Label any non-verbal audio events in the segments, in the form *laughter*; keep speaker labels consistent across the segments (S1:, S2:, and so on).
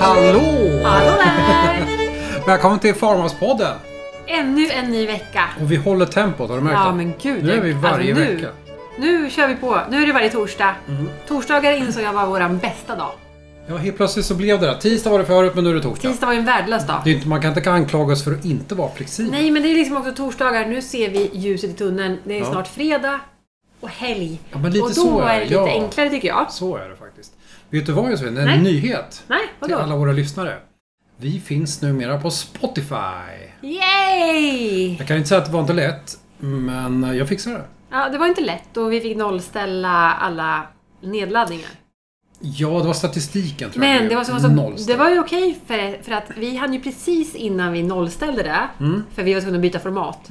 S1: Hallå!
S2: Hallå där!
S1: Välkommen till Farmhouse-podden!
S2: Ännu en ny vecka.
S1: Och vi håller tempot, har du märkt
S2: Ja
S1: det?
S2: men gud.
S1: Nu är
S2: jag- alltså,
S1: vi varje
S2: nu,
S1: vecka. Mm.
S2: Nu kör vi på. Nu är det varje torsdag. Torsdagar insåg jag var vår bästa dag.
S1: Ja, helt plötsligt så blev det det. Tisdag var det förut, men nu är det torsdag.
S2: Tisdag var ju en värdelös dag.
S1: Det är inte, man kan inte anklaga oss för att inte vara flexibel.
S2: Nej men det är liksom också torsdagar. Nu ser vi ljuset i tunneln. Det är
S1: Ja.
S2: snart fredag och helg.
S1: Ja, men lite
S2: och då
S1: så är
S2: är
S1: det,
S2: det lite
S1: ja.
S2: enklare tycker jag.
S1: Så är det faktiskt. Vet du vad jag En
S2: Nej.
S1: nyhet
S2: Nej,
S1: till
S2: vadå?
S1: alla våra lyssnare. Vi finns numera på Spotify.
S2: Yay!
S1: Jag kan inte säga att det var inte lätt, men jag fixar det.
S2: Ja, det var inte lätt och vi fick nollställa alla nedladdningar.
S1: Ja, det var statistiken tror jag.
S2: Men det var, så,
S1: Noll
S2: så, det
S1: ställ.
S2: var ju okej för, för att vi hann ju precis innan vi nollställde det,
S1: Mm.
S2: för vi var tvungna att byta format,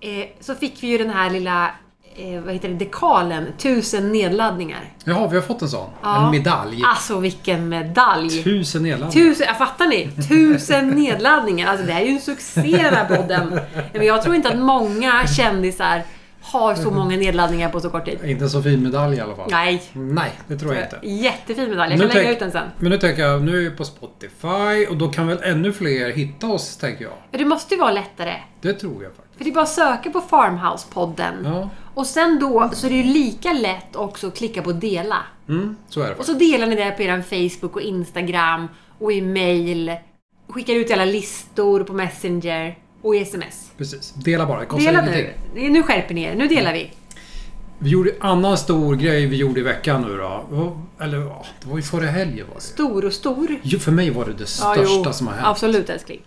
S2: eh, så fick vi ju den här lilla eh, vad heter det, dekalen, tusen nedladdningar.
S1: Jaha, vi har fått en sån.
S2: Ja.
S1: En medalj.
S2: Alltså vilken medalj!
S1: Tusen nedladdningar.
S2: Tusen, ja, fattar ni? Tusen nedladdningar! Alltså det här är ju en succé den här podden. Men jag tror inte att många kändisar har så många nedladdningar på så kort tid.
S1: Inte en så fin medalj i alla fall.
S2: Nej.
S1: Nej, det tror jag inte.
S2: Jättefin medalj. Jag kan lägga
S1: tänk-
S2: ut den sen.
S1: Men nu tänker jag, nu är vi på Spotify och då kan väl ännu fler hitta oss, tänker jag.
S2: Men det måste ju vara lättare.
S1: Det tror jag faktiskt.
S2: För det är bara att söka på Farmhouse-podden.
S1: Ja,
S2: Och sen då så är det ju lika lätt också att klicka på dela.
S1: mm, så är det
S2: Och
S1: faktiskt.
S2: så delar ni det på er Facebook och Instagram och i mail. Skickar ut alla listor på Messenger och i sms.
S1: Precis. Dela bara, det kostar
S2: Dela
S1: ingenting.
S2: nu. Nu skärper ni er. Nu delar vi.
S1: Vi gjorde annan stor grej vi gjorde i veckan nu då. Och- Eller ja, det var ju förra helgen var det.
S2: Stor och stor.
S1: Jo, för mig var det det största som har hänt.
S2: Absolut älskling.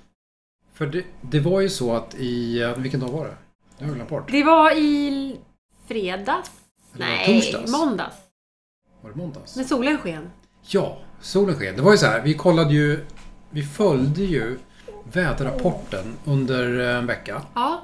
S1: För det, det var ju så att i... eh, Vilken dag var det? Jag har glömt bort.
S2: Det var i fredags?
S1: Eller var det
S2: Nej,
S1: torsdags?
S2: måndags.
S1: Var det måndags?
S2: När solen sken.
S1: Ja, solen sken. Det var ju så här, vi kollade ju... Vi följde ju väderrapporten under eh, en vecka.
S2: Ja,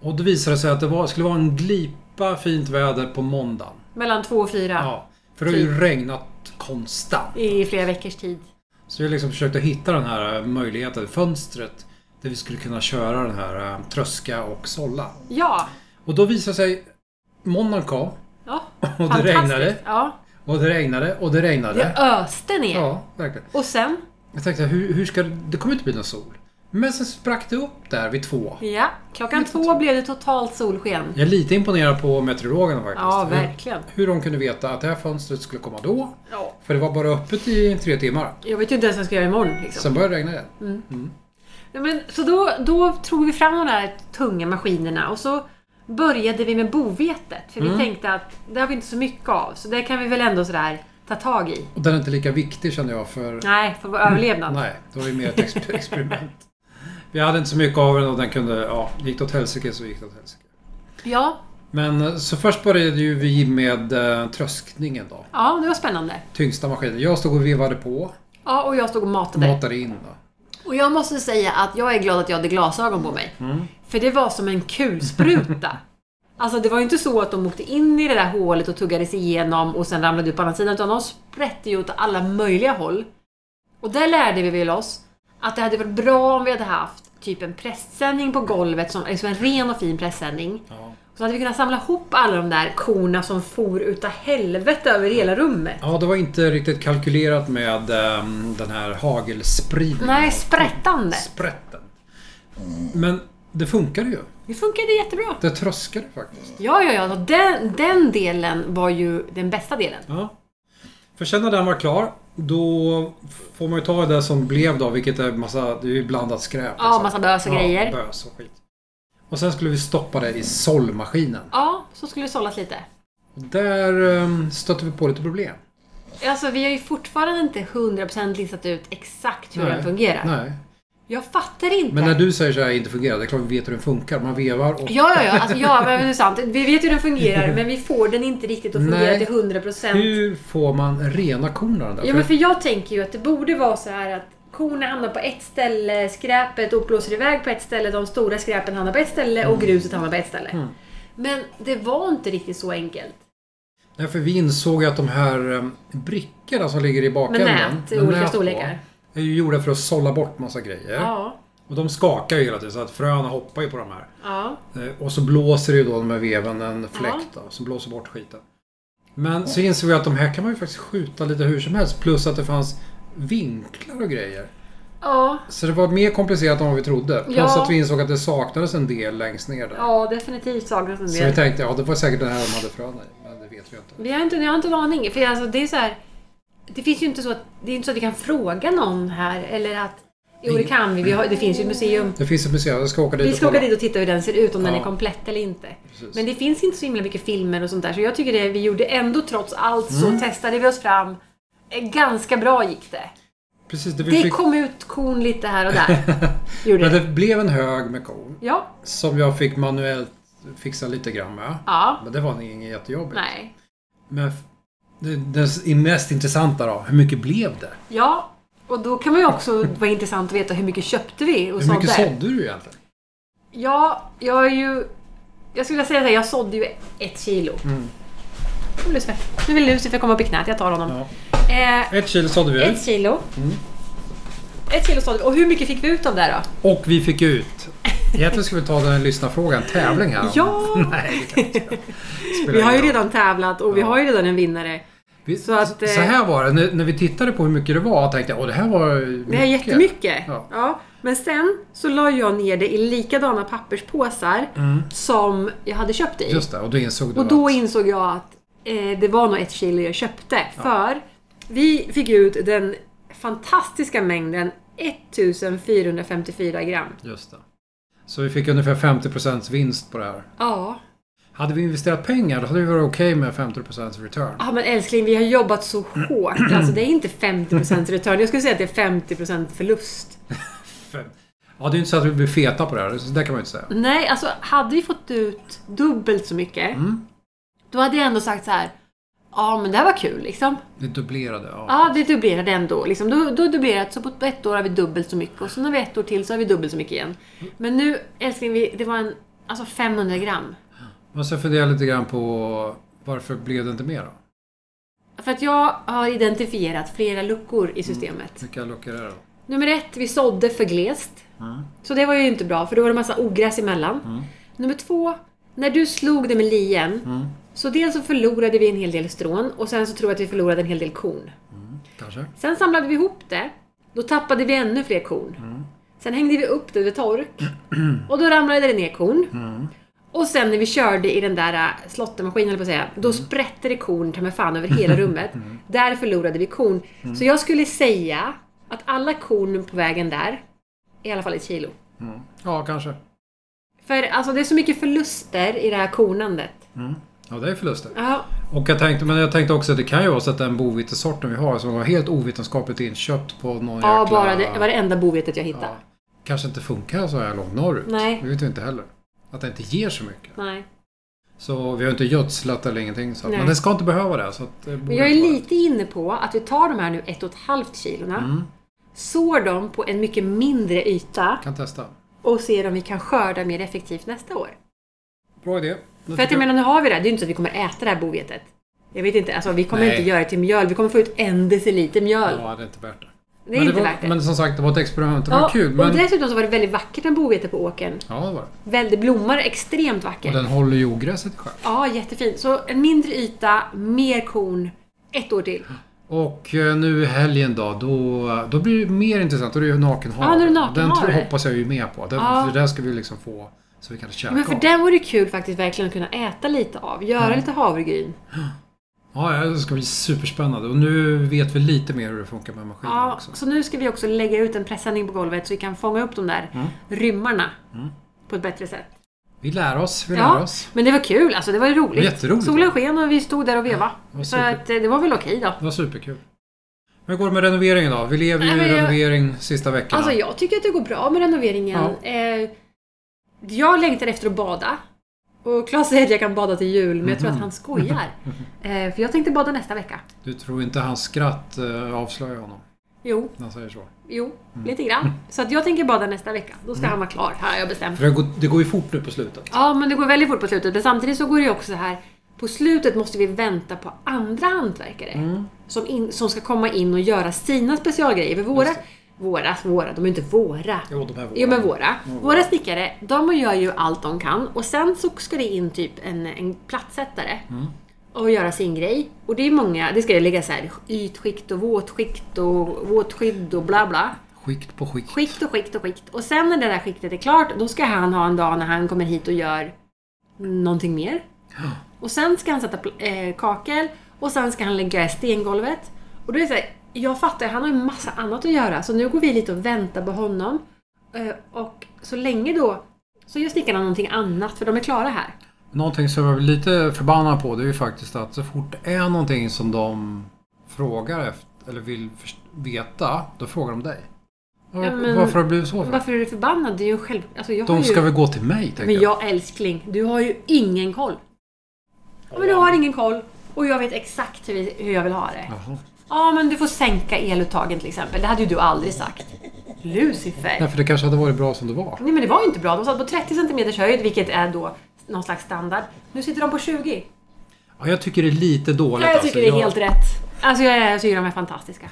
S1: Och då visade det sig att det var, skulle vara en glipa fint väder på måndagen.
S2: mellan två och fyra.
S1: Ja. för det har ju regnat konstant.
S2: I flera veckors tid.
S1: Så vi liksom försökte hitta den här eh, möjligheten, fönstret, där vi skulle kunna köra den här eh, tröska och sålla.
S2: Ja.
S1: Och då visade det sig... Måndagen kom
S2: ja.
S1: *laughs* och det
S2: fantastiskt.
S1: regnade.
S2: Ja.
S1: Och det regnade och det
S2: Det
S1: regnade.
S2: öste ner.
S1: Ja, verkligen.
S2: Och sen?
S1: Jag tänkte, hur, hur ska det... Det kommer inte bli någon sol. Men sen sprack det upp där vid två.
S2: Ja, klockan två blev det totalt solsken.
S1: Jag är lite imponerad på meteorologerna faktiskt.
S2: Ja,
S1: Hur-
S2: verkligen.
S1: Hur de kunde veta att det här fönstret skulle komma då.
S2: Ja.
S1: För det var bara öppet i tre timmar.
S2: Jag vet ju inte ens vad jag ska göra imorgon. Liksom.
S1: Sen började det regna igen.
S2: Nej, Men, så då, då tog vi fram de där tunga maskinerna och så började vi med bovetet. För vi tänkte att det har vi inte så mycket av, så det kan vi väl ändå sådär ta tag i.
S1: Och den är inte lika viktig kände jag för...
S2: Mm. Nej, för vår överlevnad.
S1: Nej, det var ju mer ett exper- experiment. Vi hade inte så mycket av den och den kunde... Ja, gick det åt helsike så gick det åt helsike.
S2: Ja,
S1: Men eh, så först började ju vi med eh, tröskningen då.
S2: ja, det var spännande.
S1: Tyngsta maskinen. Jag stod och vevade på.
S2: Ja, och jag stod och matade.
S1: Matade in då.
S2: Och jag måste säga att jag är glad att jag hade glasögon på mig. För det var som en kulspruta. alltså det var ju inte så att de åkte in i det där hålet och tuggade sig igenom och sen ramlade ut på andra sidan. Utan de sprätte ju åt alla möjliga håll. Och där lärde vi väl oss att det hade varit bra om vi hade haft typ en pressändning på golvet, som, liksom en ren och fin pressändning.
S1: Ja.
S2: Så hade vi kunnat samla ihop alla de där korna som for utav helvete över hela rummet.
S1: Ja, det var inte riktigt kalkylerat med ehm, den här hagelspridningen.
S2: Nej,
S1: av
S2: sprättandet.
S1: Sprätten. Men det funkade ju.
S2: Det funkade jättebra.
S1: Det tröskade faktiskt.
S2: Ja, ja, ja. Den, den delen var ju den bästa delen.
S1: Ja. För sen när den var klar, då får man ju ta det som blev då, vilket är massa, det är ju blandat skräp. liksom.
S2: Ja, massa bös och
S1: Ja,
S2: grejer.
S1: bös och skit. Och sen skulle vi stoppa det i sållmaskinen.
S2: Ja, så skulle det sållas lite.
S1: Och där ehm, stötte vi på lite problem.
S2: Alltså, vi har ju fortfarande inte 100% listat ut exakt hur
S1: Nej.
S2: den fungerar.
S1: Nej.
S2: Jag fattar inte.
S1: Men när du säger så här inte fungerar, det är klart vi vet hur den funkar. Man vevar och...
S2: Ja, ja, ja. Alltså, ja, men det är sant. Vi vet hur den
S1: *laughs*
S2: fungerar, men vi får den inte riktigt att fungera
S1: Nej.
S2: till 100%.
S1: Hur får man rena korn av den där?
S2: Ja, men för jag tänker ju att det borde vara så här att korna hamnar på ett ställe, skräpet uppblåser iväg på ett ställe, de stora skräpen hamnar på ett ställe
S1: Mm.
S2: och gruset hamnar på ett ställe. Men det var inte riktigt så enkelt.
S1: Nej, för vi insåg att de här eh, brickorna som ligger i bakänden.
S2: Med nät i olika
S1: på,
S2: storlekar.
S1: Är ju gjorda för att sålla bort massa grejer.
S2: Ja.
S1: Och de skakar ju hela tiden så att fröna hoppar ju på de här.
S2: Ja.
S1: Eh, Och så blåser det ju då med veven en fläkt då, som blåser bort skiten. Men så insåg jag att de här kan man ju faktiskt skjuta lite hur som helst. Plus att det fanns vinklar och grejer.
S2: Ja.
S1: Så det var mer komplicerat än vad vi trodde. Plus
S2: Ja.
S1: att vi insåg att det saknades en del längst ner där.
S2: Ja, definitivt saknas en
S1: Så vi
S2: del.
S1: tänkte, ja det var säkert det här de hade fröna i. Men det vet vi ju inte.
S2: Vi har inte, jag har inte en aning. För alltså, det är så här, det finns ju inte så att, det är inte så att vi kan fråga någon här. Eller att, jo det kan vi, vi har, det finns ju ett museum.
S1: Det finns ett museum, jag ska åka dit
S2: Vi
S1: och
S2: ska åka
S1: kolla.
S2: dit och titta hur den ser ut, om den
S1: Mm. Ja.
S2: är komplett eller inte.
S1: Precis.
S2: Men det finns inte så himla mycket filmer och sånt där. Så jag tycker det vi gjorde ändå trots allt så
S1: Mm.
S2: testade vi oss fram. Eh, Ganska bra gick det.
S1: Precis, det vi
S2: Det
S1: fick...
S2: kom ut korn lite här
S1: *laughs*
S2: och där. Gjorde
S1: Men
S2: det.
S1: det blev en hög med korn.
S2: Ja.
S1: Som jag fick manuellt fixa lite grann med.
S2: Ja.
S1: Men det var inget jättejobbigt.
S2: Nej.
S1: Men f- det, det mest intressanta då, hur mycket blev det?
S2: Ja. Och då kan man ju också vara intressant att veta hur mycket köpte vi och
S1: Hur mycket
S2: sådär.
S1: sådde du egentligen?
S2: Ja, jag är ju... Jag skulle säga att jag sådde ju ett kilo.
S1: Mm.
S2: Nu vill Lucifer- Nu vill Lucifer komma upp i knät, jag tar honom.
S1: Ja. Mm.
S2: Eh,
S1: Ett kilo sådde vi ut.
S2: ett kilo. Ett kilo sådde vi. Och hur mycket fick vi ut av det då?
S1: Och vi fick ut... Egentligen ska vi ta den lyssnarfrågan, tävling här.
S2: Ja!
S1: *laughs* Nej, det kan vi inte göra. Spelar
S2: Vi har ju
S1: ingen roll.
S2: redan tävlat och vi
S1: Ja.
S2: har ju redan en vinnare.
S1: Vi,
S2: så att, eh,
S1: så här var det, när, när vi tittade på hur mycket det var tänkte jag åh det här var mycket.
S2: Det är jättemycket.
S1: Ja.
S2: Ja. Men sen så la jag ner det i likadana papperspåsar
S1: Mm.
S2: som jag hade köpt det i.
S1: Just det, och då insåg du
S2: och då
S1: att...
S2: insåg jag att eh, det var nog ett kilo jag köpte. För vi fick ut den fantastiska mängden 1454 gram.
S1: Just det. Så vi fick ungefär 50 vinst på det här.
S2: Ja.
S1: Hade vi investerat pengar då hade vi varit okej med 50 return.
S2: ja, men älskling vi har jobbat så hårt. *clears throat* Alltså det är inte 50% return. Jag skulle säga att det är 50% förlust.
S1: Fem- Ja, det är ju inte så att vi blir feta på det här. Så det kan man ju inte säga.
S2: Nej, alltså hade vi fått ut dubbelt så mycket, då hade jag ändå sagt så här. Ja, men det här var kul liksom.
S1: Det dubblerade. Ja.
S2: Ja, det dubblerade ändå. Liksom. Då, då dubblerat, så på ett år har vi dubbelt så mycket. Och sen har vi ett år till så har vi dubbelt så mycket igen. Men nu, älskling, vi, det var en, alltså 500 gram.
S1: Men så funderar jag lite grann på varför blev det inte mer då?
S2: För att jag har identifierat flera luckor i systemet.
S1: Vilka luckor är det då?
S2: Nummer ett, vi sådde för glest. Så det var ju inte bra, för då var det massa ogräs emellan. Nummer två, när du slog det med lien, så dels så förlorade vi en hel del strån och sen så tror jag att vi förlorade en hel del korn.
S1: Kanske?
S2: Sen samlade vi ihop det, då tappade vi ännu fler korn. Sen hängde vi upp det vid tork och då ramlade det ner korn. Och sen när vi körde i den där äh, slåttermaskinen, höll jag på att säga, då sprätte det korn ta mig fan över hela rummet. Där förlorade vi korn. Så jag skulle säga att alla korn på vägen där, är i alla fall ett kilo.
S1: Ja, kanske.
S2: För alltså det är så mycket förluster i det här kornandet.
S1: Ja, det är förluster.
S2: Ja,
S1: Och jag tänkte, men jag tänkte också att det kan ju vara så att den bovetesorten vi har som var helt ovetenskapligt inköpt på någon
S2: ja
S1: jäkla...
S2: bara det, det var det enda bovetet jag hittade.
S1: Ja. Kanske inte funkar så här långt norrut.
S2: Nej.
S1: Det vet vi inte heller. Att det inte ger så mycket.
S2: Nej.
S1: Så vi har inte gödslat eller ingenting. Så att,
S2: Nej.
S1: men det ska inte behöva det. Så att det borde
S2: Men jag är
S1: inte vara-
S2: lite inne på att vi tar de här nu ett och ett halvt kilona,
S1: Mm.
S2: sår dem på en mycket mindre yta
S1: Kan testa.
S2: och ser om vi kan skörda mer effektivt nästa år.
S1: Bra idé. Det
S2: För att
S1: tycker
S2: jag
S1: jag.
S2: menar, nu har vi det. här. Det är ju inte så att vi kommer äta det här bovetet. Jag vet inte, alltså vi kommer
S1: Nej.
S2: inte göra det till mjöl. Vi kommer få ut en deciliter mjöl.
S1: Ja, det är inte värt det.
S2: det är
S1: men
S2: inte
S1: var,
S2: värt det.
S1: Men som sagt, det var ett experiment. Det var
S2: Ja,
S1: kul. Men...
S2: Och dessutom så var det väldigt vackert med bovete på åkern.
S1: Ja, det var det.
S2: Väl- Det blommar extremt vackert.
S1: Och den håller ju ogräset i schack.
S2: Ja, jättefint. Så en mindre yta, mer korn, ett år till.
S1: Och eh, nu i helgen då, då, då blir det mer intressant. Då är det ju nakenhare.
S2: Ja, nu är det nakenhare.
S1: Den tror, hoppas jag ju med på. Den,
S2: Ja.
S1: För den ska vi liksom få så vi kan käka
S2: Men för
S1: av.
S2: den vore det kul faktiskt verkligen att kunna äta lite av. Göra
S1: Mm.
S2: lite havregryn.
S1: Ja, ja, det ska bli superspännande. Och nu vet vi lite mer hur det funkar med maskinen
S2: Ja,
S1: också.
S2: så nu ska vi också lägga ut en presenning på golvet så vi kan fånga upp de där
S1: Mm.
S2: rymmarna på ett bättre sätt.
S1: Vi lär oss. Vi lär
S2: Ja,
S1: oss.
S2: men det var kul. Alltså det var ju roligt.
S1: Jätteroligt.
S2: Solen sken och vi stod där och vevade.
S1: det var
S2: så
S1: super.
S2: att, eh, det var väl okej då.
S1: Det var superkul. Hur går det med renoveringen då? Vi lever ju
S2: Nej,
S1: i
S2: men jag-
S1: renovering sista veckorna.
S2: Alltså jag tycker att det går bra med renoveringen. Eh, jag längtar efter att bada. Och Claes säger att jag kan bada till jul, men jag tror att
S1: Mm. *laughs*
S2: han skojar. Eh, för jag tänkte bada nästa vecka.
S1: Du tror inte hans skratt eh, avslöjar honom
S2: Jo,
S1: när han säger så?
S2: jo,
S1: Mm.
S2: lite grann. Så att jag tänker bada nästa vecka. Då ska han vara klar, har jag bestämt.
S1: För det går, det går ju fort nu på slutet.
S2: Ja, men det går väldigt fort på slutet. Men samtidigt så går det ju också så här. På slutet måste vi vänta på
S1: Mm.
S2: andra hantverkare. Som, in, som ska komma in och göra sina specialgrejer. För våra,
S1: Just
S2: Våra, våra, de är inte våra.
S1: Jo, de här våra.
S2: Jo men våra.
S1: Ja, våra.
S2: Våra snickare, de gör ju allt de kan och sen så ska det in typ en, en plattsättare
S1: Mm.
S2: och göra sin grej. Och det är många, det ska det ligga så här ytskikt och våtskikt och våtskydd och bla bla.
S1: Skikt på skikt.
S2: Skikt och skikt och skikt. Och sen när det där skiktet är klart, då ska han ha en dag när han kommer hit och gör
S1: *gasps*
S2: någonting mer.
S1: Ja.
S2: Och sen ska han sätta pl- eh, kakel och sen ska han lägga stengolvet. Och då är det så här, jag fattar, han har ju massa annat att göra. Så nu går vi lite och väntar på honom. Eh, och så länge då så gör snickarna någonting annat för de är klara här.
S1: Någonting som jag blir lite förbannad på det är ju faktiskt att så fort det är någonting som de frågar efter eller vill först- veta, då frågar de dig. Var,
S2: Ja, men-
S1: varför har det blivit så? För?
S2: Varför är du förbannad? Det är ju en själv... Alltså jag har
S1: De ska
S2: ju...
S1: väl gå till mig, tänker
S2: Men jag älskling, du har ju ingen koll. Ja, Men du har ingen koll och jag vet exakt hur, vi- hur jag vill ha det.
S1: Jaha.
S2: Ja, men du får sänka eluttagen till exempel. Det hade ju du aldrig sagt. Lucifer.
S1: Nej, för det kanske hade varit bra som det var.
S2: Nej men det var ju inte bra. De satt på 30 cm höjd, vilket är då någon slags standard. Nu sitter de på 20.
S1: Ja, jag tycker det är lite dåligt.
S2: Ja, jag tycker det är
S1: alltså.
S2: helt rätt. Alltså jag, är- jag tycker de är fantastiska.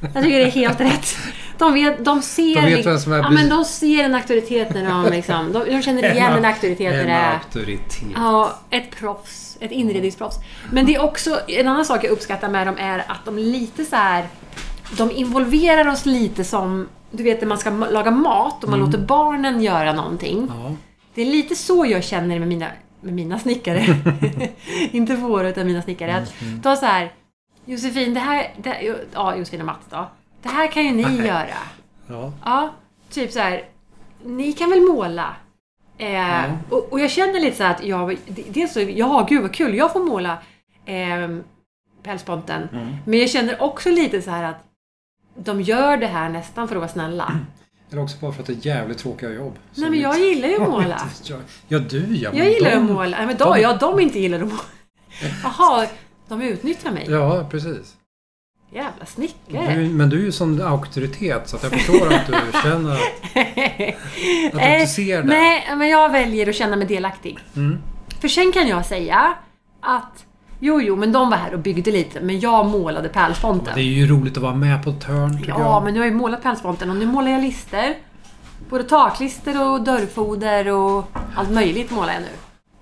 S2: Jag tycker det är helt rätt. De, vet, de ser... liksom-
S1: De vet vem som är
S2: ja,
S1: precis-
S2: men de ser en auktoritet när de liksom... De, de känner
S1: *laughs*
S2: igen en auktoritet när det
S1: En
S2: är...
S1: auktoritet.
S2: Ja, ett proffs. Ett inredningsproffs. Men det är också... En annan sak jag uppskattar med dem är att de lite så här... De involverar oss lite som... Du vet när man ska ma- laga mat och man låter barnen göra någonting.
S1: Ja.
S2: Det är lite så jag känner med mina, med mina snickare. *laughs* Inte våra, utan mina snickare. Att de är så här, Josefin, det här... Det, ja, Josefin och Mats då. Det här kan ju ni göra.
S1: Ja.
S2: Ja, typ så här. Ni kan väl måla? Eh,
S1: Ja.
S2: och, och jag känner lite så här att jag... det- Dels så, ja gud vad kul, jag får måla eh, pälsponten. Men jag känner också lite så här att de gör det här nästan för att vara snälla.
S1: Mm, Eller också bara för att det är jävligt tråkiga jobb. Som
S2: Nej men jag
S1: inte-
S2: gillar ju att måla.
S1: Ja, du ja. men
S2: Jag gillar
S1: typ. de-
S2: att måla. Nej, men då,
S1: de-
S2: ja, de inte gillar
S1: *laughs*
S2: att måla. Jaha, de utnyttjar mig.
S1: Ja, precis.
S2: Jävla snickare.
S1: Du, men du är ju sån auktoritet så att jag förstår att du
S2: *laughs*
S1: känner att, att du inte ser det.
S2: Nej, Eh, men jag väljer att känna mig delaktig.
S1: Mm.
S2: För sen kan jag säga att jo, jo, men de var här och byggde lite, men jag målade pärlfonten.
S1: Det är ju roligt att vara med på ett hörn tycker
S2: Ja,
S1: jag.
S2: men nu har jag ju målat pärlfonten och nu målar jag lister. Både taklister och dörrfoder och allt möjligt målar jag nu.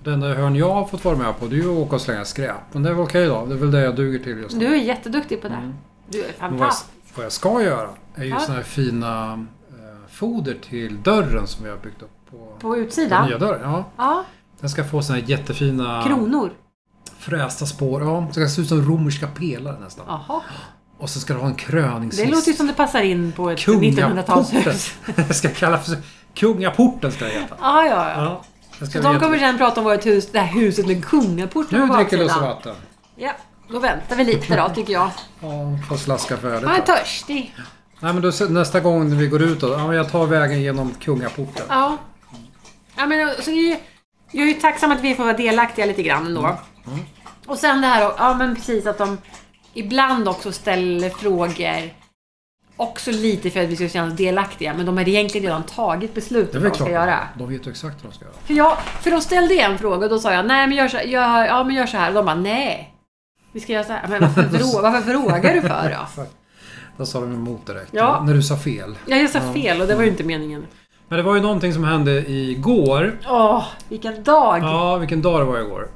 S1: Det enda hörn jag har fått vara med på det är ju att åka och slänga skräp. Men det är väl okej då. Det är väl det jag duger till just nu.
S2: Du är jätteduktig på det. Du är
S1: Mm. Men vad, jag,
S2: fantastisk.
S1: vad jag ska göra är ju
S2: Ja.
S1: såna här fina eh, foder till dörren som vi har byggt upp på,
S2: På
S1: den
S2: utsidan.
S1: nya dörren. Ja.
S2: Ja,
S1: Den ska få såna här jättefina
S2: kronor.
S1: frästa spår. Ja, den ska se ut som romerska pelare nästan.
S2: Jaha. Och
S1: Och så ska det ha en
S2: Det
S1: kröningshiss.
S2: låter ju som det passar in på
S1: *laughs*
S2: ett 1900-talshus.
S1: Kungaporten! Jag ska kalla för Kungaporten ska det heta.
S2: Ah, ja, ja.
S1: Ja. Den ska
S2: Så
S1: bli
S2: de kommer
S1: jättebra.
S2: sen prata om vårt hus, det här huset med kungaporten
S1: Nu
S2: på
S1: dricker Lusse
S2: baksidan.
S1: vatten.
S2: Ja, då väntar vi lite då tycker jag.
S1: Ja, får slaska för ölet.
S2: Jag är
S1: här.
S2: törstig.
S1: Nej, men då, s- nästa gång när vi går ut då. Ja, men jag tar vägen genom Kungaporten.
S2: Ja. ja men, så är ju, jag är ju tacksam att vi får vara delaktiga lite grann ändå. Och sen det här, ja men precis att de ibland också ställer frågor. Också lite för att vi ska känna oss delaktiga, men de har egentligen redan tagit beslut
S1: Det
S2: om
S1: är väl
S2: vad de
S1: klart.
S2: ska göra.
S1: De vet ju exakt vad de ska göra.
S2: För, jag, för de ställde en fråga och då sa jag nej men gör så, gör, ja, men gör så här. Och de bara nej. Vi ska göra så här.
S1: *laughs*
S2: Men varför, vrå, varför frågar du för då?
S1: Då sa de emot direkt.
S2: Ja.
S1: När du sa fel.
S2: Ja, jag sa fel och det var ju inte meningen.
S1: Men det var ju någonting som hände igår.
S2: Åh, vilken dag!
S1: Ja, vilken dag det var igår.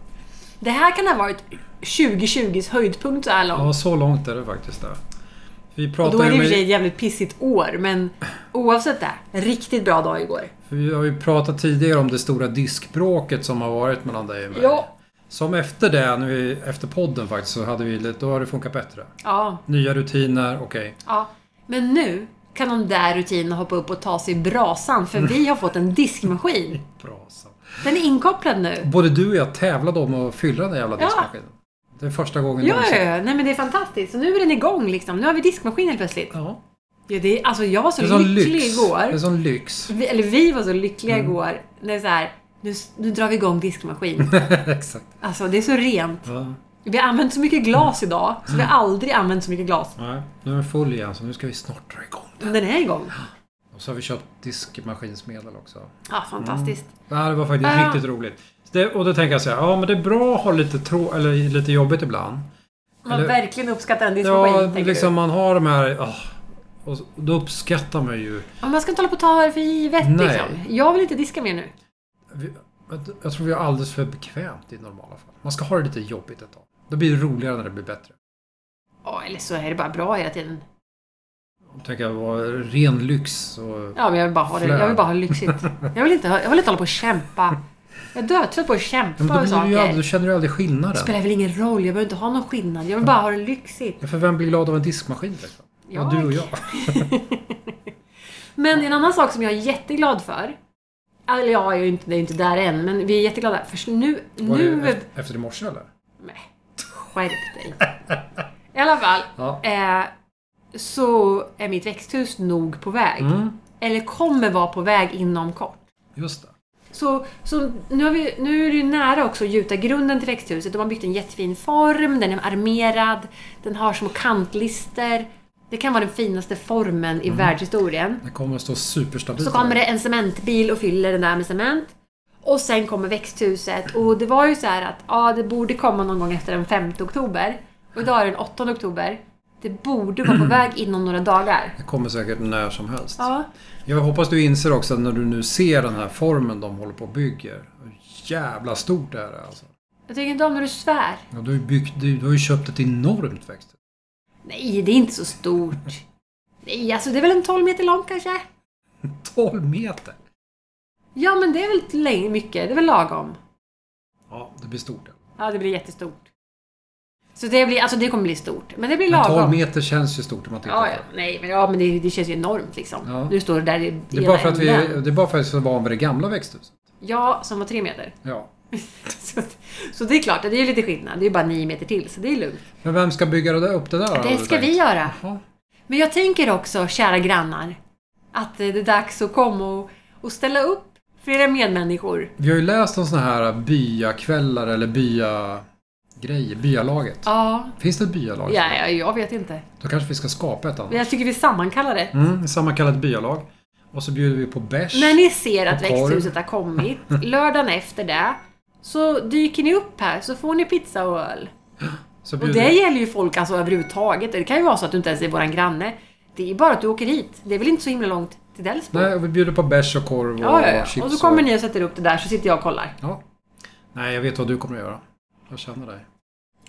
S2: Det här kan ha varit 2020s höjdpunkt så här långt.
S1: Ja, så långt är det faktiskt där. Vi
S2: och då är
S1: pratade
S2: det
S1: ju
S2: i och för
S1: med...
S2: sig ett jävligt pissigt år, men oavsett det. en Riktigt bra dag igår.
S1: För Vi har ju pratat tidigare om det stora diskbråket som har varit mellan dig och mig.
S2: Ja.
S1: Som efter det, när vi, efter podden faktiskt, så hade vi lite, då har det funkat bättre.
S2: Ja,
S1: Nya rutiner, okej.
S2: ja. Men nu kan de där rutinerna hoppa upp och ta sig i brasan för vi har fått en diskmaskin.
S1: Bra så.
S2: Den är inkopplad nu.
S1: Både du och jag tävlade om att fylla den där jävla
S2: Ja.
S1: diskmaskinen. Det är första gången
S2: Ja, ja,
S1: någonsin.
S2: ja. Nej, men det är fantastiskt. Så nu är den igång liksom. Nu har vi diskmaskin helt plötsligt.
S1: ja.
S2: Ja, det är, alltså, jag var så
S1: Det är sån
S2: lycklig
S1: lyx. Det är Mm.
S2: igår.
S1: sån lyx. *laughs*
S2: Vi, eller vi var så lyckliga igår. När det är så här, nu, nu drar vi
S1: *laughs*
S2: igång diskmaskin.
S1: Exakt.
S2: alltså, det är så rent.
S1: Ja.
S2: Vi har använt så mycket glas idag, så vi har aldrig använt så mycket glas.
S1: Nej, nu är den full igen så nu ska vi snart dra igång.
S2: Men den är igång.
S1: Och så har vi köpt diskmaskinsmedel också.
S2: Ja, fantastiskt.
S1: Det här var faktiskt
S2: Ja.
S1: riktigt roligt. Så Det, och då tänker jag så här, ja men det är bra att ha lite, trå, eller, lite jobbigt ibland.
S2: Man
S1: Eller-
S2: verkligen uppskattar en diskmaskin,
S1: Ja,
S2: tänker
S1: liksom man har de här... ah, Och då uppskattar man ju...
S2: Ja, man ska inte hålla på och ta det för givet
S1: Nej.
S2: liksom. Jag vill inte diska mer nu.
S1: vi- Jag tror vi har alldeles för bekvämt i normala fall. Man ska ha det lite jobbigt ett tag. Då blir det roligare när det blir bättre.
S2: Ja, eller så är det bara bra hela tiden.
S1: Tänk att vara ren lyx och...
S2: Ja, men jag vill bara ha det. Jag vill bara ha lyxigt. Jag vill inte, ha- jag vill inte hålla på och kämpa. Jag är dödtrött på att
S1: Ja,
S2: kämpa
S1: men då,
S2: och
S1: blir du, ju aldrig,
S2: saker.
S1: då känner du aldrig
S2: Det
S1: skillnaden.
S2: spelar väl ingen roll. Jag behöver inte ha någon skillnad. Jag vill bara ha det lyxigt.
S1: Ja, För vem blir glad av en diskmaskin? Liksom? Ja, du och jag.
S2: Men en annan sak som jag är jätteglad för. Eller ja, jag är ju inte, det är ju inte där än, men vi är jätteglada. För nu...
S1: Var
S2: nu
S1: det efter, efter i morse eller?
S2: Nej, skärp dig. I alla fall.
S1: Ja.
S2: Eh, så är mitt växthus nog på väg.
S1: Mm,
S2: Eller kommer vara på väg inom kort.
S1: just det.
S2: Så, så nu, har vi, nu är det ju nära också att gjuta grunden till växthuset. De har byggt en jättefin form, den är armerad, den har små kantlister. Det kan vara den finaste formen i världshistorien.
S1: Det kommer att stå superstabilt.
S2: Så kommer det en cementbil och fyller den där med cement. Och sen kommer växthuset. Och det var ju så här att ja, det borde komma någon gång efter den 5 oktober. Och idag är det den 8 oktober. Det borde *clears throat* vara på väg inom några dagar.
S1: Det kommer säkert när som helst.
S2: Ja.
S1: Jag hoppas du inser också att när du nu ser den här formen de håller på och bygger. hur Jävla stort det här är alltså.
S2: Jag tycker inte om när du svär.
S1: Ja, du, har ju byggt, du, du har ju köpt ett enormt växthus.
S2: Nej, det är inte så stort. Nej, alltså det är väl en 12 meter långt kanske?
S1: 12 meter!
S2: Ja, men det är väl inte länge mycket. Det är väl lagom.
S1: Ja, det blir stort. ja.
S2: Ja, det blir jättestort. Så det, blir, alltså det kommer bli stort. Men det blir
S1: Men 12
S2: lagom.
S1: meter känns ju stort om man tittar
S2: Ja,
S1: på
S2: ja.
S1: det.
S2: Nej, men, ja, men det, det känns ju enormt liksom.
S1: Ja.
S2: Nu står det där i
S1: Det är,
S2: ena
S1: bara för att vi,
S2: änden.
S1: det är bara för att vi är så vana vid det gamla växthuset.
S2: Ja, som var tre meter. *laughs*
S1: Ja.
S2: så, så det är klart, det är ju lite skillnad. Det är ju bara nio meter till, så det är lugnt.
S1: Men vem ska bygga det där, upp det där? har
S2: Det
S1: du
S2: ska
S1: tänkt?
S2: vi göra.
S1: Jaha.
S2: Men jag tänker också, kära grannar, att eh, det är dags att komma och, och ställa upp för era medmänniskor.
S1: Vi har ju läst om såna här byakvällar eller byagrejer, byalaget.
S2: Ja,
S1: Finns det ett byalag?
S2: ja, ja, jag vet inte.
S1: Då kanske vi ska skapa ett annat.
S2: Men Jag tycker vi sammankallar det.
S1: Mm, sammankallat byalag. Och så bjuder vi på bärs.
S2: När ni ser att
S1: Och korv.
S2: växthuset har
S1: *laughs*
S2: kommit, lördagen efter det, så dyker ni upp här så får ni pizza och öl.
S1: så
S2: Och
S1: bjuder
S2: det
S1: vi-
S2: gäller ju folk alltså överhuvudtaget. Det kan ju vara så att du inte ens är våran granne. Det är bara att du åker hit. Det är väl inte så himla långt till Delsbo?
S1: Nej, och vi bjuder på bärs och korv och
S2: ja, ja, ja.
S1: chips.
S2: Och så kommer ni och sätter upp det där så sitter jag och kollar.
S1: Ja. Nej, jag vet vad du kommer att göra. Jag känner dig.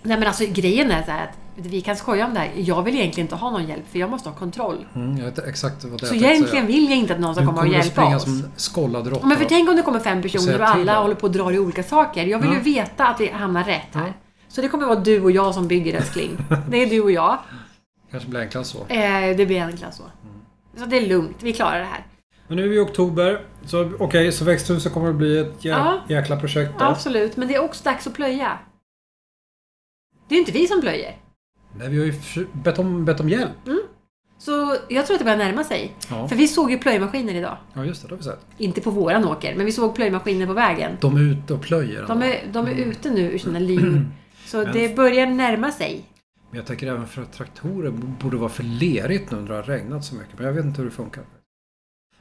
S2: Nej men alltså grejen är så här att vi kan skoja om det här. Jag vill egentligen inte ha någon hjälp för jag måste ha kontroll.
S1: Mm, jag vet exakt vad det
S2: Så
S1: jag tänkte
S2: egentligen vill jag inte att någon
S1: säga.
S2: ska
S1: Du
S2: komma och
S1: kommer att
S2: hjälpa
S1: springa
S2: oss.
S1: som en skållad råtta.
S2: Ja, men för tänk om det kommer
S1: Säga
S2: fem personer
S1: till
S2: och alla
S1: då.
S2: håller på att dra i olika saker. Jag vill
S1: Ja.
S2: ju veta att vi hamnar rätt här.
S1: Ja.
S2: Så det kommer vara du och jag som bygger älskling. Det är du och jag.
S1: kanske blir enklast så.
S2: Eh, det blir enklare så.
S1: Mm.
S2: Så det är lugnt, vi klarar det här.
S1: Men nu är vi i oktober. Så okej, så växthuset kommer att bli ett jä-
S2: Ja.
S1: jäkla projekt där.
S2: Absolut, men det är också dags att plöja. Det är ju inte vi som plöjer.
S1: Nej, vi har ju förs- bett om, bett om hjälp.
S2: Så jag tror att det börjar närma sig.
S1: Ja.
S2: För vi såg ju plöjmaskiner idag.
S1: ja, just det. Det har vi sett.
S2: Inte på våran åker, men vi såg plöjmaskiner på vägen.
S1: De är ute och plöjer.
S2: De är, de är ute nu ur sina linor. Så
S1: Mm. Men-
S2: det börjar närma sig.
S1: Men jag tänker även för att traktorer borde vara för lerigt nu när det har regnat så mycket. Men jag vet inte hur det funkar.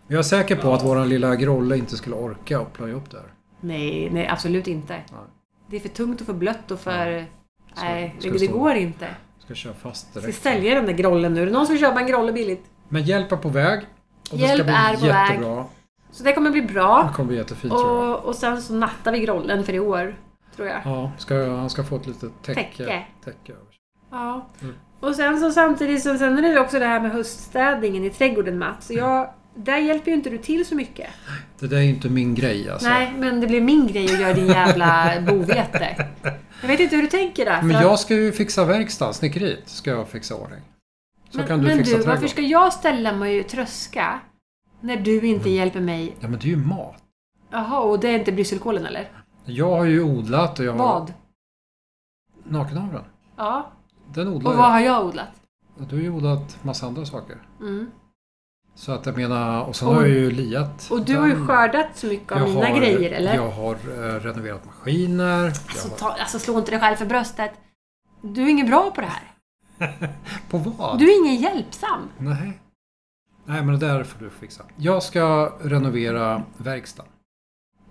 S1: Men jag är säker på att våran lilla Grolle inte skulle orka och plöja upp där.
S2: Nej, nej absolut inte.
S1: Nej.
S2: Det är för tungt och för blött och för...
S1: Så
S2: Nej,
S1: ska
S2: det,
S1: det
S2: det
S1: stå-
S2: går inte.
S1: Ska köra fast
S2: Jag ska
S1: direkt.
S2: sälja den där grollen nu. Är det någon som vill köpa en grolle billigt?
S1: Men hjälp är på väg. Och det ska
S2: Hjälp
S1: bli
S2: är på väg.
S1: jättebra.
S2: Så det kommer bli
S1: Det
S2: bra.
S1: kommer bli jättefint tror jag.
S2: Och, och sen så nattar vi grollen för i år. Tror jag.
S1: Ja, ska, han ska få ett litet täcke.
S2: Täcke.
S1: täcke över sig.
S2: Ja.
S1: Mm.
S2: Och sen så samtidigt så sen är det också det här med höststädningen i trädgården Mats. Så jag, där hjälper ju inte du till så mycket.
S1: Det där är ju inte min grej alltså.
S2: Nej, men det blir min grej att göra
S1: *laughs*
S2: din jävla bovete. Jag vet inte hur du tänker där. för
S1: Men
S2: att-
S1: jag ska ju fixa verkstaden, snickeriet ska jag fixa i ordning. Så
S2: men,
S1: kan du
S2: men
S1: fixa
S2: du, varför
S1: trädgården.
S2: ska jag ställa mig och tröska? När du inte
S1: Mm.
S2: hjälper mig.
S1: Ja men det är ju mat.
S2: Jaha, och det är inte brysselkålen eller?
S1: Jag har ju odlat och jag har...
S2: Vad?
S1: Nakenhavren.
S2: Ja.
S1: Den odlar
S2: Och
S1: jag.
S2: vad har jag odlat?
S1: Ja, Du har ju odlat massa andra saker.
S2: Mm.
S1: Så att jag menar, och sen
S2: Och-
S1: har jag ju liat.
S2: Och du har ju
S1: den.
S2: skördat så mycket av
S1: Jag
S2: mina
S1: har-
S2: grejer, eller?
S1: Jag har eh, renoverat maskiner.
S2: Alltså,
S1: jag har,
S2: ta, alltså, slå inte dig själv för bröstet. Du är ingen bra på det här.
S1: på vad?
S2: Du är ingen hjälpsam.
S1: Nej. Nej, men det där får du fixa. Jag ska renovera verkstaden.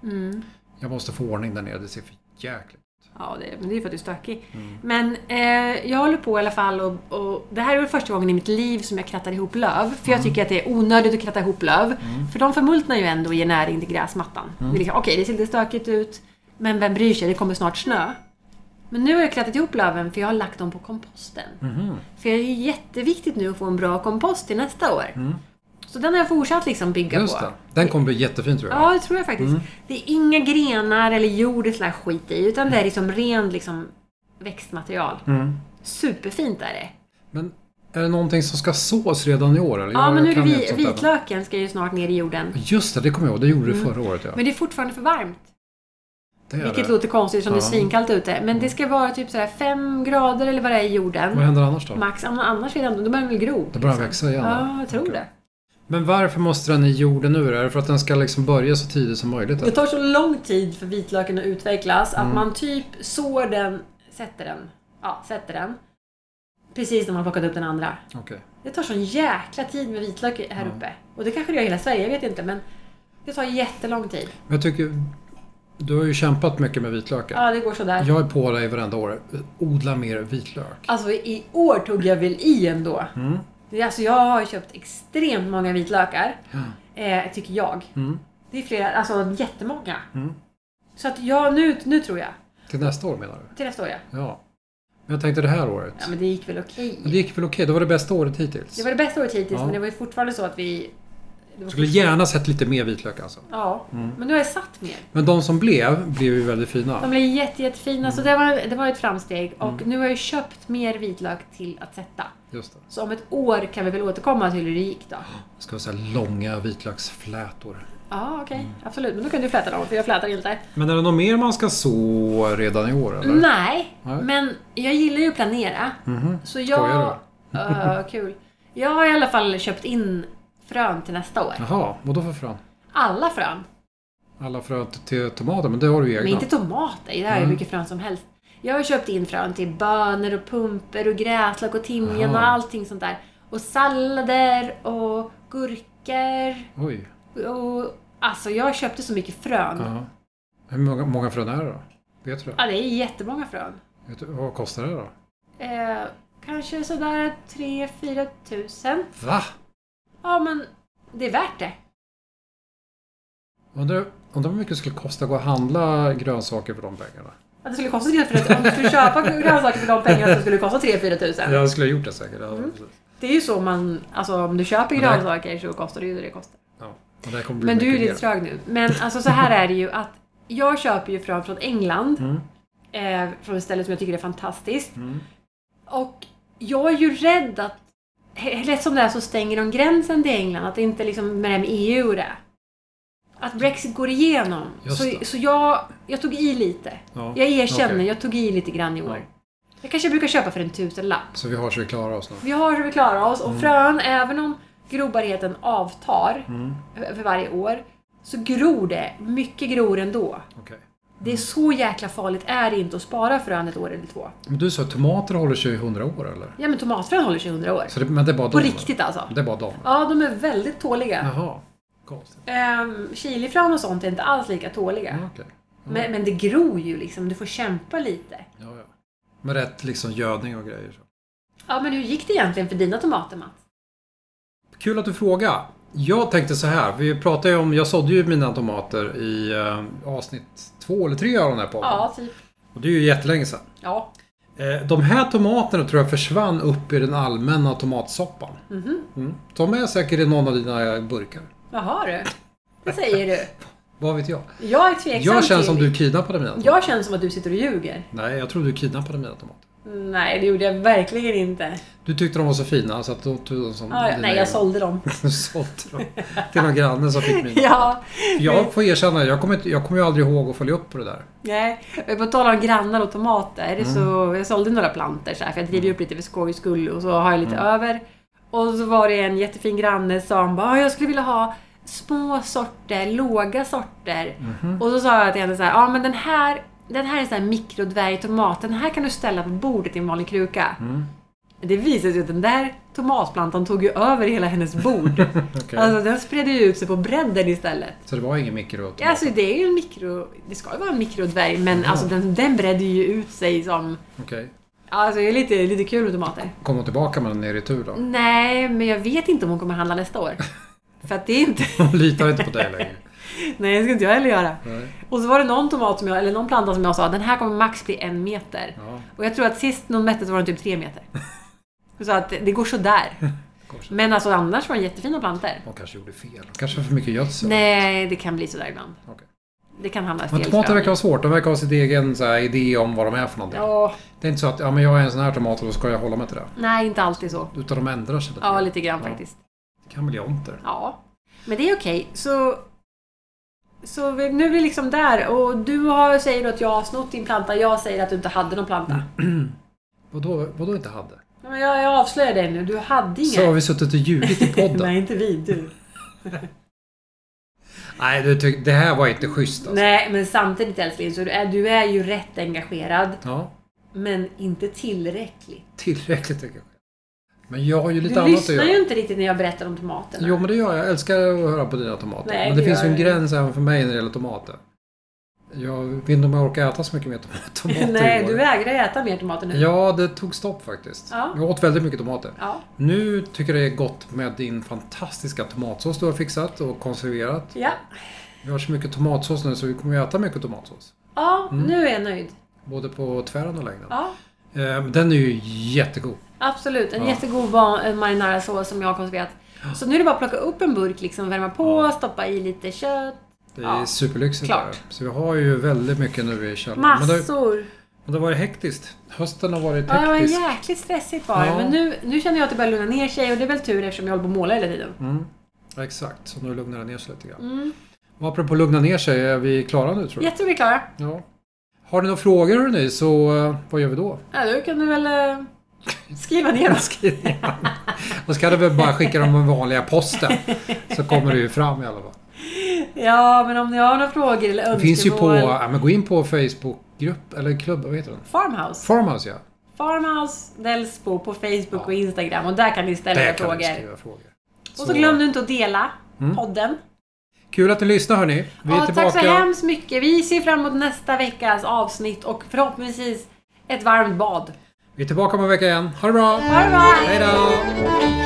S2: Mm.
S1: Jag måste få ordning där nere, det ser för jäkligt
S2: Ja, det, men det är ju för att du är stökig.
S1: Mm.
S2: Men eh, jag håller på i alla fall och, och det här är väl första gången i mitt liv som jag krattar ihop löv. För
S1: Mm.
S2: jag tycker att det är onödigt att kratta ihop löv. För de förmultnar ju ändå och ger näring till gräsmattan.
S1: Mm.
S2: Det är liksom, Okej, det ser lite stökigt ut. Men vem bryr sig? Det kommer snart snö. Men nu har jag krattat ihop löven för jag har lagt dem på komposten.
S1: Mm-hmm.
S2: För det är jätteviktigt nu att få en bra kompost till nästa år. Så den har jag fortsatt liksom bygga
S1: Mm. Just
S2: på.
S1: det. Den kommer bli jättefin tror jag.
S2: Ja, det tror jag faktiskt.
S1: Mm.
S2: Det är inga grenar eller jord eller sån här skit i, utan det är liksom rent liksom, växtmaterial.
S1: Mm.
S2: Superfint är det.
S1: Men är det någonting som ska sås redan i år? Eller?
S2: Ja,
S1: Jag- jag
S2: men nu är det
S1: kan inte
S2: vi, Mm.
S1: sånt där.
S2: vitlöken ska ju snart ner i jorden.
S1: Just det, det kommer jag ihåg. Det gjorde du förra året ja.
S2: Men det är fortfarande för varmt.
S1: Det är
S2: Vilket
S1: det.
S2: låter konstigt som det är
S1: Ja.
S2: svinkallt ute. Men det ska vara typ sådär 5 grader eller vad det är i jorden.
S1: Vad händer annars då?
S2: Max. Ann- Annars är den, då börjar den väl gro.
S1: Då börjar den
S2: liksom.
S1: växa igen,
S2: Ja,
S1: då.
S2: jag tror
S1: Okej.
S2: det.
S1: Men varför måste den i jorden nu? Är det för att den ska liksom börja så Mm. tidigt som möjligt?
S2: Det
S1: eller?
S2: tar så lång tid för vitlöken att utvecklas att man typ sår den, sätter den, ja, sätter den. Precis när man plockat upp den andra.
S1: Okej.
S2: Det tar sån jäkla tid med vitlök här uppe. Och det kanske det gör i hela Sverige, jag vet inte. Men det tar jättelång tid.
S1: Men jag tycker... Du har ju kämpat mycket med vitlöken.
S2: Ja, det går sådär.
S1: Jag är på dig varenda år. Odla mer vitlök.
S2: Alltså i år tog jag väl i ändå.
S1: Mm.
S2: Det är Alltså jag har ju köpt extremt många vitlökar. Eh, tycker jag.
S1: Mm.
S2: Det är flera, alltså jättemånga. Så att jag, nu, nu tror jag.
S1: Till nästa år menar du?
S2: Till nästa år ja.
S1: Ja. Men jag tänkte det här året.
S2: Ja men det gick väl okej.
S1: Men Det gick väl okej? Det var det bästa året hittills.
S2: Det var det bästa året hittills
S1: Ja.
S2: men det var ju fortfarande så att vi... Det var
S1: Jag skulle gärna sett lite mer vitlök alltså.
S2: Ja, men nu har jag satt mer.
S1: Men de som blev, blev ju väldigt fina.
S2: De blev jätte, jättefina, så
S1: Mm.
S2: det var, det var ett framsteg. Och nu har jag köpt mer vitlök till att sätta.
S1: Just det.
S2: Så om ett år kan vi väl återkomma till hur det gick då.
S1: Jag ska säga långa vitlöksflätor.
S2: Ja, okej.
S1: Mm.
S2: Absolut. Men då kan du fläta dem, för jag flätar inte.
S1: Men är det något mer man ska så redan i år eller?
S2: Nej,
S1: Nej. Mm-hmm.
S2: men jag gillar ju att planera. Så jag...
S1: Skojar
S2: Uh, kul. Jag har i alla fall köpt in frön till nästa år.
S1: Jaha, vadå för frön?
S2: Alla frön.
S1: Alla frön t- till tomater, men det har du ju egna.
S2: Men inte tomater, det här
S1: Mm.
S2: är hur mycket frön som helst. Jag har köpt in frön till bönor och pumper och gräslök och timjan och
S1: Aha.
S2: allting sånt där. Och sallader och gurkor.
S1: Oj.
S2: Och, alltså jag köpte så mycket frön.
S1: Ja. Hur många, många frön är det då? Vet du det?
S2: Ja, det är jättemånga frön.
S1: Vet du vad kostar det då?
S2: Eh, kanske sådär 3-4 tusen.
S1: Va?
S2: Ja, men det är värt det.
S1: Undrar, undrar hur mycket det skulle kosta att gå och handla grönsaker för de pengarna?
S2: Att det skulle kosta 3 4 Om du skulle
S1: *laughs*
S2: köpa grönsaker för de pengarna så skulle det kosta 3-4 tusen.
S1: Jag skulle ha gjort det säkert. Ja,
S2: Mm.
S1: precis.
S2: Det är ju så man, alltså om du köper
S1: Men det här-
S2: grönsaker så kostar det ju det det kostar.
S1: Ja, men det här kommer bli
S2: Men du är
S1: mycket
S2: ju
S1: mer.
S2: lite trög nu. Men alltså så här är det ju att jag köper ju frön från England.
S1: Mm,
S2: Eh, från ett ställe som jag tycker är fantastiskt. Och jag är ju rädd att he- Lätt som det är så stänger de gränsen till England. Att det inte liksom med det här med EU och det. Att Brexit går igenom.
S1: Just
S2: Så,
S1: det.
S2: så jag, jag tog i lite.
S1: Ja,
S2: Jag erkänner,
S1: okej.
S2: jag tog i lite grann i år.
S1: Ja.
S2: Jag kanske brukar köpa för en tusenlapp.
S1: Så vi har så vi klarar oss nu.
S2: Vi har hur vi klarar oss
S1: Mm.
S2: och frön, även om grobarheten avtar
S1: Mm,
S2: för varje år, så gror det. Mycket gror ändå.
S1: Okej.
S2: Det är så jäkla farligt är det inte att spara frön ett år eller två.
S1: Men du sa att tomater håller sig i hundra år eller?
S2: Ja men tomatfrön håller sig i hundra år.
S1: Så det, men det är bara
S2: På
S1: dem,
S2: riktigt alltså.
S1: eller? Det är bara dem?
S2: Ja, de är väldigt tåliga.
S1: Jaha. Konstigt.
S2: Ehm, Chilifrön och sånt är inte alls lika tåliga.
S1: Ja, okej.
S2: Men, men det gror ju liksom, du får kämpa lite.
S1: Ja, ja. Med rätt liksom gödning och grejer. så.
S2: Ja men hur gick det egentligen för dina tomater Mats?
S1: Kul att du frågar. Jag tänkte så här. Vi pratade ju om, jag sålde ju mina tomater i eh, avsnitt två eller tre av den här podden.
S2: Ja, typ.
S1: Och det är ju jättelänge sedan.
S2: Ja.
S1: Eh, De här tomaterna tror jag försvann upp i den allmänna tomatsoppan.
S2: Mm-hmm.
S1: Mm. De är säkert i någon av dina burkar.
S2: Jaha du. Det säger du.
S1: Vad vet jag?
S2: Jag är tveksam
S1: Jag känner som
S2: till...
S1: du kidnappade mina tomater.
S2: Jag känner som att du sitter och ljuger.
S1: Nej, jag tror du kidnappade mina tomater.
S2: Nej, det gjorde jag verkligen inte.
S1: Du tyckte de var så fina så att du tog dem som
S2: Ah, ja,
S1: dina
S2: nej,
S1: egna.
S2: jag sålde dem.
S1: *laughs* Du sålde dem till någon granne som fick
S2: *laughs*
S1: mina.
S2: ja.
S1: Jag får erkänna, jag kommer, inte- jag kommer ju aldrig ihåg att följa upp på det där.
S2: Nej. På tal om grannar och tomater, så jag sålde några plantor så här, för jag driver upp lite för skojs skull och så har jag lite över. Och så var det en jättefin granne som bara, "Ah, jag skulle vilja ha små sorter, låga sorter. Och så sa jag till henne så här, ja men den här, den här är en sån här mikrodvärgtomat, den här kan du ställa på bordet i en vanlig kruka. Det visade sig att den där tomatplantan tog ju över hela hennes bord.
S1: Okej.
S2: Alltså den spred ju ut sig på bredden istället.
S1: Så det var ingen mikro?
S2: Ja, Alltså det är ju en mikro... Det ska ju vara en mikrodvärg men alltså den, den bredde ju ut sig som...
S1: Okej.
S2: Alltså det är lite, lite kul med tomater.
S1: Kom hon tillbaka med den i retur då?
S2: Nej, men jag vet inte om hon kommer handla nästa
S1: *laughs*
S2: år. För att det är inte...
S1: Hon litar inte på dig längre.
S2: Nej, det ska inte jag heller göra.
S1: Nej.
S2: Och så var det någon tomat som jag, eller någon planta som jag sa, den här kommer max bli en meter.
S1: Ja,
S2: Och jag tror att sist någon mätte så var den typ tre meter. Så att det
S1: *laughs*
S2: går sådär.
S1: kanske.
S2: Men alltså annars var den jättefina plantor.
S1: Hon kanske gjorde fel. Kanske för mycket gödsel.
S2: Nej, det kan bli sådär ibland.
S1: Okej.
S2: Det kan hamna fel.
S1: Men tomater
S2: tror jag.
S1: verkar ha svårt. De verkar ha sin egen så här, idé om vad de är för någonting.
S2: Ja,
S1: Det är inte så att ja, men jag är en sån här tomat och då ska jag hålla mig till det.
S2: nej inte alltid så.
S1: Utan de ändrar sig lite
S2: Ja,
S1: grann.
S2: lite grann faktiskt.
S1: Kameleonter. *clears throat*
S2: Ja. Men det är okej. Så, så vi, nu är vi liksom där och du har, säger att jag har snott din planta. Jag säger att du inte hade någon
S1: Mm.
S2: planta.
S1: Vadå, vadå inte hade?
S2: Ja, Men jag, jag avslöjar dig nu. Du hade inga.
S1: Så har vi suttit och ljugit i podden.
S2: *laughs* nej, inte vi. Du.
S1: Nej, du tyck, det här var inte schysst alltså.
S2: Nej, men samtidigt älskling så du är, du är ju rätt engagerad.
S1: Ja,
S2: Men inte tillräckligt.
S1: tillräckligt tycker jag. Men jag har ju lite
S2: Du
S1: annat att
S2: lyssnar
S1: göra.
S2: ju inte riktigt när jag berättar om tomaterna. *laughs*
S1: Jo, men det gör jag. Jag älskar att höra på dina tomater.
S2: Nej,
S1: men det
S2: det
S1: finns
S2: gör
S1: ju en
S2: jag.
S1: gräns även för mig när det gäller tomater. Jag vet inte om jag orkar äta så mycket mer tom- *laughs* tomater
S2: Nej,
S1: i år.
S2: du vägrar äta mer tomater nu.
S1: Ja, det tog stopp faktiskt.
S2: Ja.
S1: Jag åt väldigt mycket tomater.
S2: Ja.
S1: Nu tycker jag det är gott med din fantastiska tomatsås du har fixat och konserverat.
S2: Ja,
S1: Vi har så mycket tomatsås nu så vi kommer ju äta mycket tomatsås.
S2: ja
S1: Mm.
S2: nu är jag nöjd.
S1: Både på tvären och längden.
S2: Ja,
S1: Eh, men Den är ju jättegod.
S2: absolut. En
S1: Ja.
S2: jättegod va- eh, marinara-sås som jag har konserverat. Så nu är det bara att plocka upp en burk, liksom, värma på, stoppa i lite kött.
S1: Det är
S2: Ja,
S1: superlyxigt.
S2: klart.
S1: där. Så vi har ju väldigt mycket nu i källaren. Men det,
S2: Massor.
S1: men det har varit hektiskt. Hösten har varit
S2: Ja, det var
S1: hektisk.
S2: jäkligt stressigt var det.
S1: Ja.
S2: Men nu, nu känner jag att det börjar lugna ner sig och det är väl tur eftersom jag håller på och målar hela tiden.
S1: Mm. Ja, Exakt, så nu lugnar det ner sig lite grann.
S2: Mm.
S1: Och apropå lugna ner sig, är vi klara nu tror jag?
S2: Jag tror vi är klara.
S1: Ja. Har ni några frågor hörni, så eh, vad gör vi
S2: *laughs*
S1: då?
S2: Ja, då kan du
S1: *laughs*
S2: väl eh, skriva ner oss.
S1: Då ska du väl bara skicka dem med vanliga posten. Så kommer det ju fram i alla fall.
S2: Ja, men om ni har några frågor eller önskemål.
S1: Det finns ju på, ja, men gå in på Facebookgrupp, eller klubb, vad heter den?
S2: Farmhouse.
S1: Farmhouse ja.
S2: Farmhouse Delsbo på Facebook
S1: Ja.
S2: och Instagram. Och där kan ni ställa
S1: Där
S2: era
S1: kan ni
S2: frågor.
S1: skriva Mm. frågor.
S2: Och så glöm nu inte att dela podden.
S1: Kul att ni lyssnar hörni. Vi är
S2: Ja,
S1: tillbaka.
S2: tack så hemskt mycket. Vi ser fram emot nästa veckas avsnitt och förhoppningsvis ett varmt bad.
S1: Vi är tillbaka om en vecka igen. Ha det bra!
S2: Ha det bra!
S1: Hej då!